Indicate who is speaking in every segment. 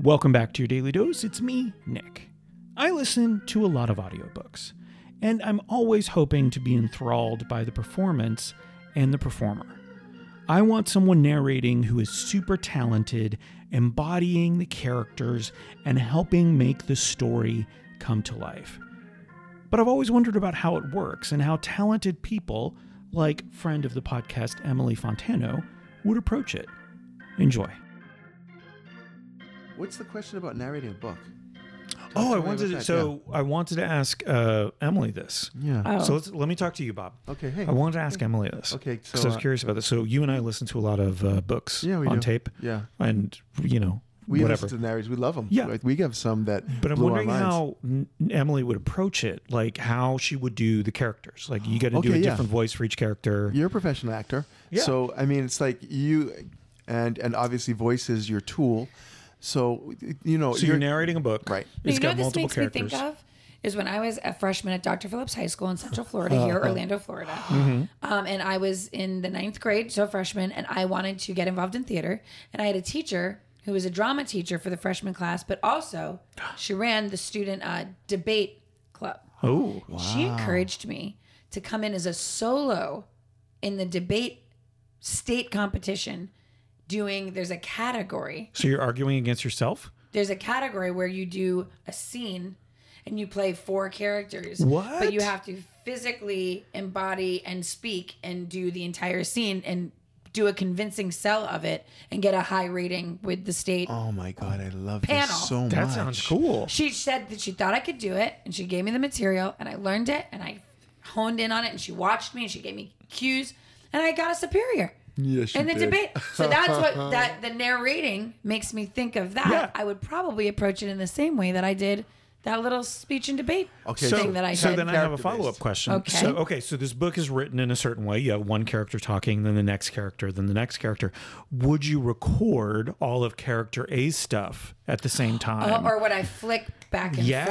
Speaker 1: Welcome back to your Daily Dose. It's me, Nick. I listen to a lot of audiobooks, and I'm always hoping to be enthralled by the performance and the performer. I want someone narrating who is super talented, embodying the characters, and helping make the story come to life. But I've always wondered about how it works and how talented people, like friend of the podcast Emily Fontano, would approach it. Enjoy.
Speaker 2: What's the question about narrating a book?
Speaker 1: Oh, I
Speaker 2: Talk me
Speaker 1: wanted to,
Speaker 2: about that,
Speaker 1: so I wanted to ask uh, Emily this.
Speaker 2: Yeah.
Speaker 3: Oh.
Speaker 1: So let's, let me talk to you, Bob.
Speaker 2: Okay, hey.
Speaker 1: I wanted to ask Emily this.
Speaker 2: Okay,
Speaker 1: Because I
Speaker 2: so,
Speaker 1: was
Speaker 2: uh,
Speaker 1: curious about this. So you and I listen to a lot of uh, books
Speaker 2: Yeah, we
Speaker 1: on
Speaker 2: do.
Speaker 1: tape.
Speaker 2: Yeah.
Speaker 1: And you know
Speaker 2: We
Speaker 1: whatever.
Speaker 2: listen to narrators. We love them.
Speaker 1: Yeah.
Speaker 2: Like, we have some that.
Speaker 1: but I'm
Speaker 2: blew our
Speaker 1: wondering
Speaker 2: minds.
Speaker 1: how N- Emily would approach it, like how she would do the characters. Like you got to do a
Speaker 2: Okay, yeah.
Speaker 1: different voice for each character.
Speaker 2: You're a professional actor.
Speaker 1: Yeah.
Speaker 2: So I mean, it's like you, and and obviously voice is your tool. So you know,
Speaker 1: So you're, narrating a book,
Speaker 2: Right.
Speaker 1: It's
Speaker 3: you know
Speaker 1: got
Speaker 3: what this
Speaker 1: multiple
Speaker 3: makes
Speaker 1: characters.
Speaker 3: me think of is when I was a freshman at Dr. Phillips High School in Central Florida, here,
Speaker 1: Uh-huh.
Speaker 3: Orlando, Florida.
Speaker 1: Mm-hmm.
Speaker 3: Um, and I was in the ninth grade, so a freshman, and I wanted to get involved in theater. And I had a teacher who was a drama teacher for the freshman class, but also she ran the student uh, debate club.
Speaker 1: Oh,
Speaker 3: She encouraged me to come in as a solo in the debate state competition. Doing there's a category
Speaker 1: so you're arguing against yourself?
Speaker 3: there's a category where you do a scene and you play four characters.
Speaker 1: What?
Speaker 3: But you have to physically embody and speak and do the entire scene and do a convincing sell of it and get a high rating with the state.
Speaker 2: Oh my god, I love
Speaker 3: Panel.
Speaker 2: this so much.
Speaker 1: That sounds cool.
Speaker 3: She said that she thought I could do it and she gave me the material and I learned it and I honed in on it and she watched me and she gave me cues and I got a superior.
Speaker 2: Yes, you
Speaker 3: in the
Speaker 2: did.
Speaker 3: debate. So that's what that the narrating makes me think of that.
Speaker 1: Yeah.
Speaker 3: I would probably approach it in the same way that I did that little speech and debate
Speaker 2: Okay,
Speaker 3: thing
Speaker 2: so-
Speaker 3: that I
Speaker 1: so
Speaker 3: did.
Speaker 1: then I have a
Speaker 2: Character-based.
Speaker 1: follow up question.
Speaker 3: Okay.
Speaker 1: So okay, so this book is written in a certain way. You have one character talking, then the next character, then the next character. Would you record all of character A's stuff at the same time?
Speaker 3: or would I flick back and
Speaker 1: yeah,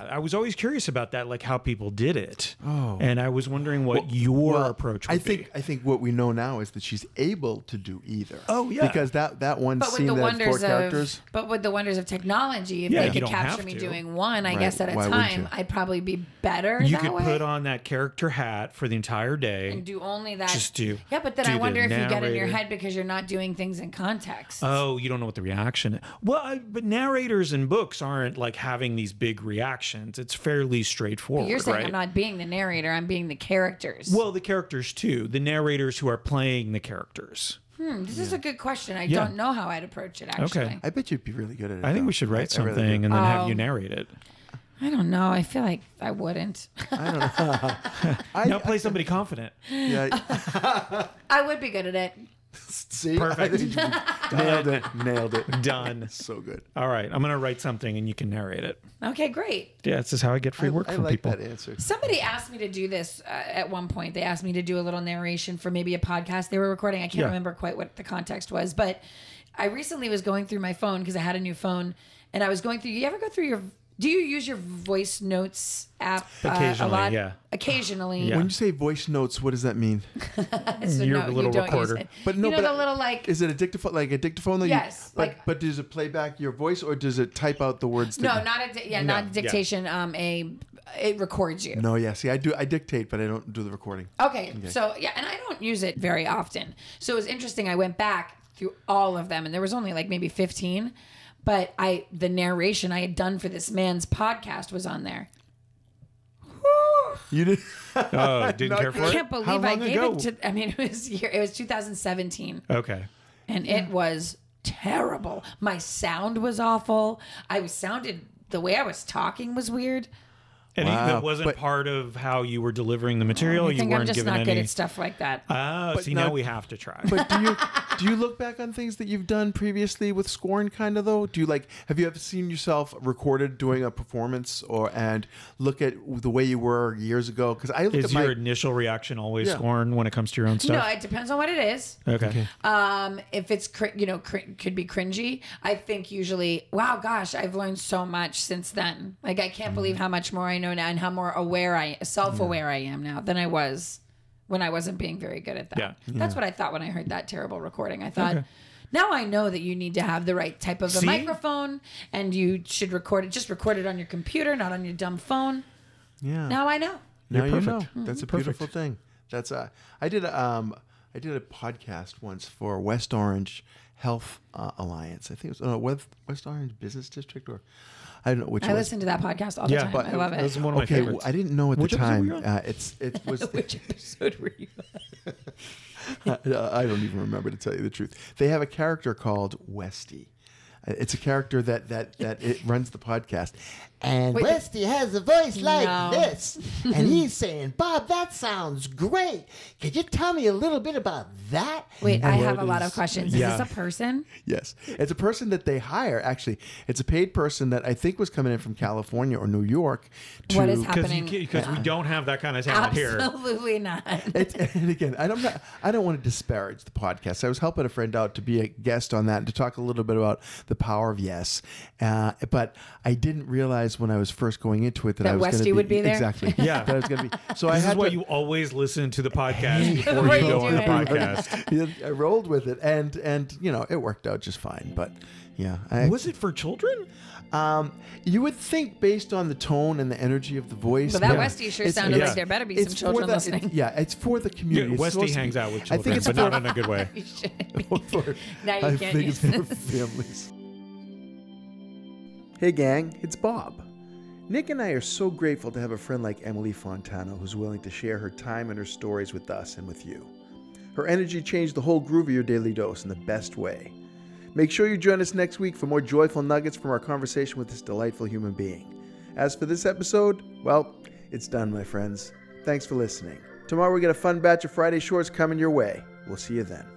Speaker 3: forth?
Speaker 1: I was always curious about that, like how people did it. Oh, and I was wondering what
Speaker 2: Well-
Speaker 1: your
Speaker 2: well,
Speaker 1: approach would
Speaker 2: I think
Speaker 1: be.
Speaker 2: I think what we know now is that she's able to do either.
Speaker 1: Oh, yeah.
Speaker 2: Because that that one
Speaker 3: But with
Speaker 2: scene
Speaker 3: the
Speaker 2: that had four
Speaker 3: wonders
Speaker 2: characters.
Speaker 3: of but with the wonders of technology, if
Speaker 1: Yeah,
Speaker 3: they
Speaker 1: you
Speaker 3: could
Speaker 1: don't
Speaker 3: capture
Speaker 1: have
Speaker 3: me
Speaker 1: to.
Speaker 3: doing one, I
Speaker 2: Right,
Speaker 3: guess at a
Speaker 2: why would you?
Speaker 3: time I'd probably be better
Speaker 1: You
Speaker 3: that
Speaker 1: could
Speaker 3: way.
Speaker 1: put on that character hat for the entire day.
Speaker 3: and do only that.
Speaker 1: Just do-
Speaker 3: Yeah, but then
Speaker 1: do
Speaker 3: I
Speaker 1: the
Speaker 3: wonder if you get in your
Speaker 1: narrator.
Speaker 3: head because you're not doing things in context.
Speaker 1: Oh, you don't know what the reaction. Well, I, but narrators in books aren't like having these big reactions. It's fairly straightforward.
Speaker 3: you're saying
Speaker 1: right?
Speaker 3: I'm not being the narrator; I'm being the characters.
Speaker 1: Well, the characters too, the narrators who are playing the characters.
Speaker 3: Hmm, this is a good question. I
Speaker 1: Yeah.
Speaker 3: don't know how I'd approach it actually.
Speaker 2: I bet you'd be really good at it.
Speaker 1: I think
Speaker 2: though.
Speaker 1: we should write
Speaker 2: Oh, I really
Speaker 1: something
Speaker 2: do.
Speaker 1: and then have
Speaker 3: Um,
Speaker 1: you narrate it.
Speaker 3: I don't know. I feel like I wouldn't.
Speaker 2: I,
Speaker 1: Now play somebody confident.
Speaker 2: yeah,
Speaker 3: I would be good at it.
Speaker 2: see, I think you nailed it, nailed it,
Speaker 1: Done.
Speaker 2: so good.
Speaker 1: All right, I'm gonna write something and you can narrate it.
Speaker 3: Okay, great.
Speaker 1: Yeah, this is how I get free work
Speaker 2: I
Speaker 1: from
Speaker 2: like
Speaker 1: people.
Speaker 2: that answer.
Speaker 3: Somebody asked me to do this uh, at one point. They asked me to do a little narration for maybe a podcast they were recording. I can't
Speaker 1: Yeah.
Speaker 3: remember quite what the context was, but I recently was going through my phone because I had a new phone and I was going through. You ever go through your. Do you use your voice notes app uh,
Speaker 1: Occasionally,
Speaker 3: a lot?
Speaker 1: yeah.
Speaker 3: Occasionally.
Speaker 1: Yeah.
Speaker 2: When you say voice notes, what does that mean?
Speaker 3: So
Speaker 1: Your
Speaker 3: no, you
Speaker 1: little
Speaker 3: don't use
Speaker 1: recorder.
Speaker 3: it.
Speaker 2: But
Speaker 3: you
Speaker 2: no,
Speaker 3: know
Speaker 2: but
Speaker 3: the
Speaker 2: I-
Speaker 3: little like
Speaker 2: Is it a dictaphone, like a dictaphone? That
Speaker 3: Yes,
Speaker 2: You, but,
Speaker 3: like-
Speaker 2: but does it play back your voice or does it type out the words?
Speaker 3: no,
Speaker 2: that-
Speaker 3: not a di- yeah,
Speaker 1: No,
Speaker 3: not
Speaker 1: yeah.
Speaker 3: dictation. Um, a it records you.
Speaker 2: No, yeah. See, I do. I dictate, but I don't do the recording.
Speaker 3: Okay, so yeah, and I don't use it very often. So it was interesting. I went back through all of them, and there was only like maybe fifteen, but I the narration I had done for this man's podcast was on there.
Speaker 2: You did.
Speaker 1: Oh, didn't
Speaker 2: Not
Speaker 1: care for
Speaker 3: I
Speaker 1: it.
Speaker 3: can't
Speaker 1: How
Speaker 3: believe I
Speaker 1: long
Speaker 3: gave
Speaker 1: ago?
Speaker 3: it to. I mean, it was year. It was 2017,
Speaker 1: Okay.
Speaker 3: and it was terrible. My sound was awful. I was sounded the way I was talking was weird.
Speaker 1: And
Speaker 2: Wow,
Speaker 1: that wasn't
Speaker 2: but-
Speaker 1: part of how you were delivering the material.
Speaker 3: I
Speaker 1: you
Speaker 3: think
Speaker 1: weren't
Speaker 3: I'm just
Speaker 1: given
Speaker 3: not
Speaker 1: any.
Speaker 3: good at stuff like that.
Speaker 1: Oh,
Speaker 2: But
Speaker 1: see,
Speaker 2: now-
Speaker 1: now we have to try.
Speaker 2: But do you do you look back on things that you've done previously with scorn, kind of though? Do you like have you ever seen yourself recorded doing a performance or and look at the way you were years ago? Because I look
Speaker 1: Is
Speaker 2: at my
Speaker 1: your initial reaction always
Speaker 2: Yeah.
Speaker 1: scorn when it comes to your own
Speaker 3: no,
Speaker 1: stuff?
Speaker 3: it depends on what it is.
Speaker 1: okay.
Speaker 3: Um, if it's cr- you know cr- could be cringy, I think usually. Wow, gosh, I've learned so much since then. Like I can't believe how much more I know now and how more aware I, self-aware I am now than I was when I wasn't being very good at that.
Speaker 1: Yeah.
Speaker 3: That's what I thought when I heard that terrible recording. I thought, now I know that you need to have the right type of a
Speaker 1: See?
Speaker 3: microphone and you should record it. Just record it on your computer, not on your dumb phone.
Speaker 2: Yeah.
Speaker 3: Now I know.
Speaker 2: Now
Speaker 1: You're
Speaker 2: you know.
Speaker 1: perfect.
Speaker 2: That's a
Speaker 1: Perfect.
Speaker 2: beautiful thing. That's a. I did a, um I did a podcast once for West Orange Health uh, Alliance. I think it was uh, West, West Orange Business District or I don't know which.
Speaker 3: I
Speaker 2: it was.
Speaker 3: listen to that podcast all the
Speaker 1: Yeah,
Speaker 3: time.
Speaker 1: but
Speaker 3: I love it.
Speaker 1: that's one of my
Speaker 2: okay,
Speaker 1: favorites.
Speaker 2: I didn't know at
Speaker 1: Which
Speaker 2: the
Speaker 1: episode were
Speaker 2: time.
Speaker 1: you on?
Speaker 2: Uh, it's it was.
Speaker 3: Which episode were you on?
Speaker 2: I I don't even remember to tell you the truth. They have a character called Westy. Uh, It's a character that that that it runs the podcast,
Speaker 4: And
Speaker 3: Wait,
Speaker 4: Westy has a voice like
Speaker 3: No.
Speaker 4: this. And he's saying, Bob, that sounds great. Could you tell me a little bit about that?
Speaker 3: Wait, I
Speaker 2: what
Speaker 3: have a lot
Speaker 2: is-
Speaker 3: of questions.
Speaker 1: Yeah.
Speaker 3: Is this a person?
Speaker 2: Yes. It's a person that they hire, actually. It's a paid person that I think was coming in from California or New York to.
Speaker 3: What is
Speaker 1: Because
Speaker 3: happening?
Speaker 1: we don't have that kind of talent here.
Speaker 3: Absolutely not.
Speaker 2: It's- and again, I don't I don't want to disparage the podcast. I was helping a friend out to be a guest on that and to talk a little bit about the power of yes. Uh, but I didn't realize when I was first going into it that,
Speaker 3: That
Speaker 2: I was
Speaker 3: Westy
Speaker 2: going to be
Speaker 3: would be there?
Speaker 2: exactly
Speaker 1: Yeah.
Speaker 2: that I was going to be. So I
Speaker 1: This
Speaker 2: had
Speaker 1: is why
Speaker 2: to,
Speaker 1: you always listen to the podcast before
Speaker 3: Before
Speaker 1: you
Speaker 3: you
Speaker 1: go
Speaker 3: do
Speaker 1: on the
Speaker 3: it.
Speaker 1: podcast.
Speaker 2: I rolled with it and and you know it worked out just fine. But yeah, I,
Speaker 1: Was it for children?
Speaker 2: Um, you would think, based on the tone and the energy of the voice,
Speaker 3: But that Westy sure sounded
Speaker 1: yeah.
Speaker 3: like there better be
Speaker 2: it's
Speaker 3: some
Speaker 2: for
Speaker 3: children
Speaker 2: the-
Speaker 3: listening.
Speaker 2: it- yeah, it's for the community.
Speaker 1: Yeah,
Speaker 2: It's
Speaker 1: Westy
Speaker 2: supposed to
Speaker 1: hangs
Speaker 2: be-
Speaker 1: out with
Speaker 2: I think
Speaker 1: children,
Speaker 2: it's
Speaker 1: but
Speaker 2: for,
Speaker 1: not in a good way.
Speaker 3: You shouldn't.
Speaker 2: for-
Speaker 3: Now you
Speaker 2: I
Speaker 3: can't
Speaker 2: think
Speaker 3: use
Speaker 2: it's for
Speaker 3: this.
Speaker 2: families. Hey, gang, it's Bob. Nick and I are so grateful to have a friend like Emily Fontano who's willing to share her time and her stories with us and with you. Her energy changed the whole groove of your daily dose in the best way. Make sure you join us next week for more joyful nuggets from our conversation with this delightful human being. As for this episode, well, it's done, my friends. Thanks for listening. Tomorrow we get a fun batch of Friday shorts coming your way. We'll see you then.